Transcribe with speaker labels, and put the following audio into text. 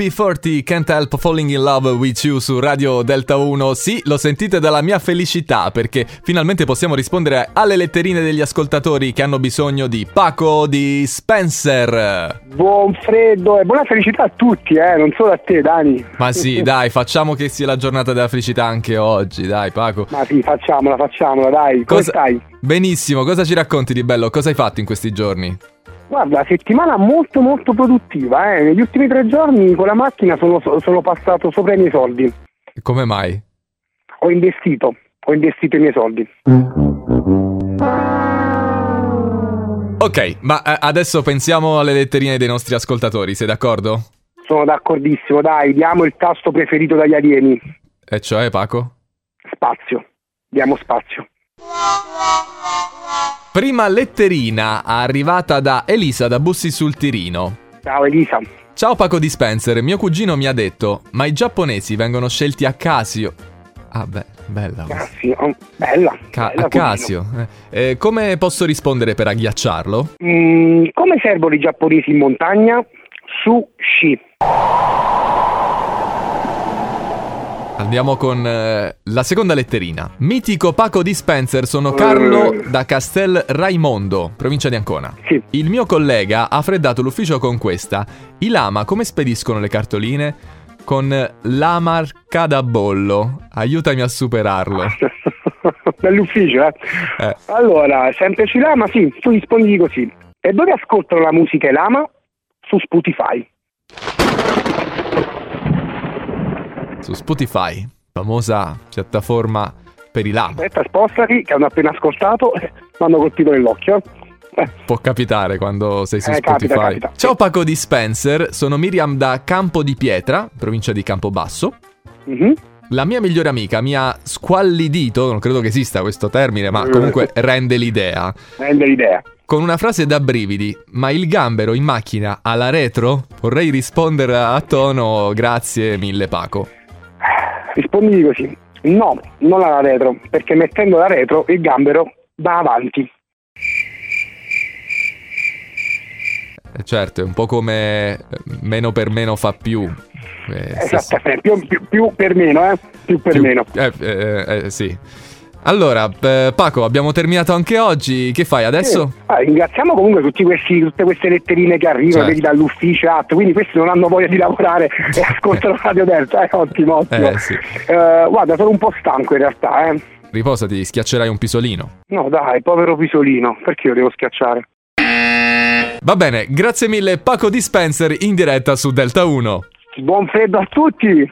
Speaker 1: UB40 Can't Help Falling in Love with You su Radio Delta 1. Sì, lo sentite dalla mia felicità perché finalmente possiamo rispondere alle letterine degli ascoltatori che hanno bisogno di Paco di Spencer.
Speaker 2: Buon freddo e buona felicità a tutti, eh, non solo a te, Dani.
Speaker 1: Ma sì, dai, facciamo che sia la giornata della felicità anche oggi, dai, Paco.
Speaker 2: Ma sì, facciamola, facciamola, dai. Come
Speaker 1: Cosa-
Speaker 2: stai?
Speaker 1: Benissimo, cosa ci racconti di bello? Cosa hai fatto in questi giorni?
Speaker 2: Guarda, settimana molto molto produttiva, eh. Negli ultimi tre giorni con la macchina sono, sono passato sopra i miei soldi.
Speaker 1: Come mai?
Speaker 2: Ho investito, ho investito i miei soldi.
Speaker 1: Ok, ma eh, adesso pensiamo alle letterine dei nostri ascoltatori, sei d'accordo?
Speaker 2: Sono d'accordissimo, dai, diamo il tasto preferito dagli alieni.
Speaker 1: E cioè, Paco?
Speaker 2: Spazio. Diamo spazio.
Speaker 1: Prima letterina arrivata da Elisa da Bussi sul Tirino.
Speaker 2: Ciao Elisa.
Speaker 1: Ciao Paco Dispenser, mio cugino mi ha detto, ma i giapponesi vengono scelti a casio. Ah beh, bella questa.
Speaker 2: Grazie. Oh, Bella.
Speaker 1: Ca-
Speaker 2: bella
Speaker 1: a
Speaker 2: cugino.
Speaker 1: casio. Eh, eh, come posso rispondere per agghiacciarlo?
Speaker 2: Mm, come servono i giapponesi in montagna? Su sci.
Speaker 1: Andiamo con eh, la seconda letterina. Mitico Paco Dispenser, sono
Speaker 2: Eh.
Speaker 1: Carlo da Castel Raimondo, provincia di Ancona.
Speaker 2: Sì.
Speaker 1: Il mio collega ha freddato l'ufficio con questa. I lama come spediscono le cartoline? Con la marca da bollo. Aiutami a superarlo. Ecco.
Speaker 2: Dall'ufficio, eh.
Speaker 1: Eh.
Speaker 2: Allora, sempre ci lama, sì, tu rispondi così. E dove ascoltano la musica e lama? Su Spotify.
Speaker 1: Su Spotify, famosa piattaforma per i lama.
Speaker 2: Aspetta, spostati, che hanno appena ascoltato, eh, mi hanno colpito nell'occhio. Eh,
Speaker 1: Può capitare quando sei su
Speaker 2: Eh,
Speaker 1: Spotify.
Speaker 2: capita, capita.
Speaker 1: Ciao Paco Dispenser, sono Miriam da Campo di Pietra, provincia di Campobasso.
Speaker 2: mhm.
Speaker 1: La mia migliore amica mi ha squallidito, non credo che esista questo termine,
Speaker 2: Eh.
Speaker 1: ma comunque rende l'idea,
Speaker 2: Rende l'idea.
Speaker 1: con una frase da brividi, ma il gambero in macchina alla retro? Vorrei rispondere a tono, grazie mille Paco.
Speaker 2: Rispondi così. No, non alla retro, perché mettendo la retro il gambero va avanti.
Speaker 1: Eh, Certo, è un po' come eh, meno per meno fa più. Eh, stesso-
Speaker 2: Esattamente, più, più- più per meno, eh? Più Esatto, per
Speaker 1: più-
Speaker 2: meno.
Speaker 1: eh, eh, eh, sì. Allora, eh, Paco, abbiamo terminato anche oggi, che fai adesso?
Speaker 2: Eh, ah, ringraziamo comunque tutti questi, tutte queste letterine che arrivano
Speaker 1: Certo.
Speaker 2: vedi, dall'ufficio, at, quindi questi non hanno voglia di lavorare e ascoltano Radio Delta, eh, ottimo, ottimo.
Speaker 1: Eh, sì.
Speaker 2: Eh, guarda, sono un po' stanco in realtà, eh.
Speaker 1: Riposati, schiaccerai un pisolino.
Speaker 2: No dai, povero Pisolino, perché io devo schiacciare?
Speaker 1: Va bene, grazie mille Paco Dispenser in diretta su Delta 1.
Speaker 2: Buon freddo a tutti!